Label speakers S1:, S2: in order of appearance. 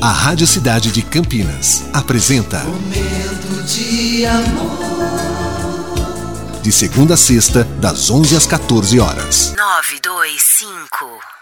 S1: A Rádio Cidade de Campinas apresenta
S2: Momento de amor.
S1: de segunda a sexta das 11 às 14 horas.
S3: 925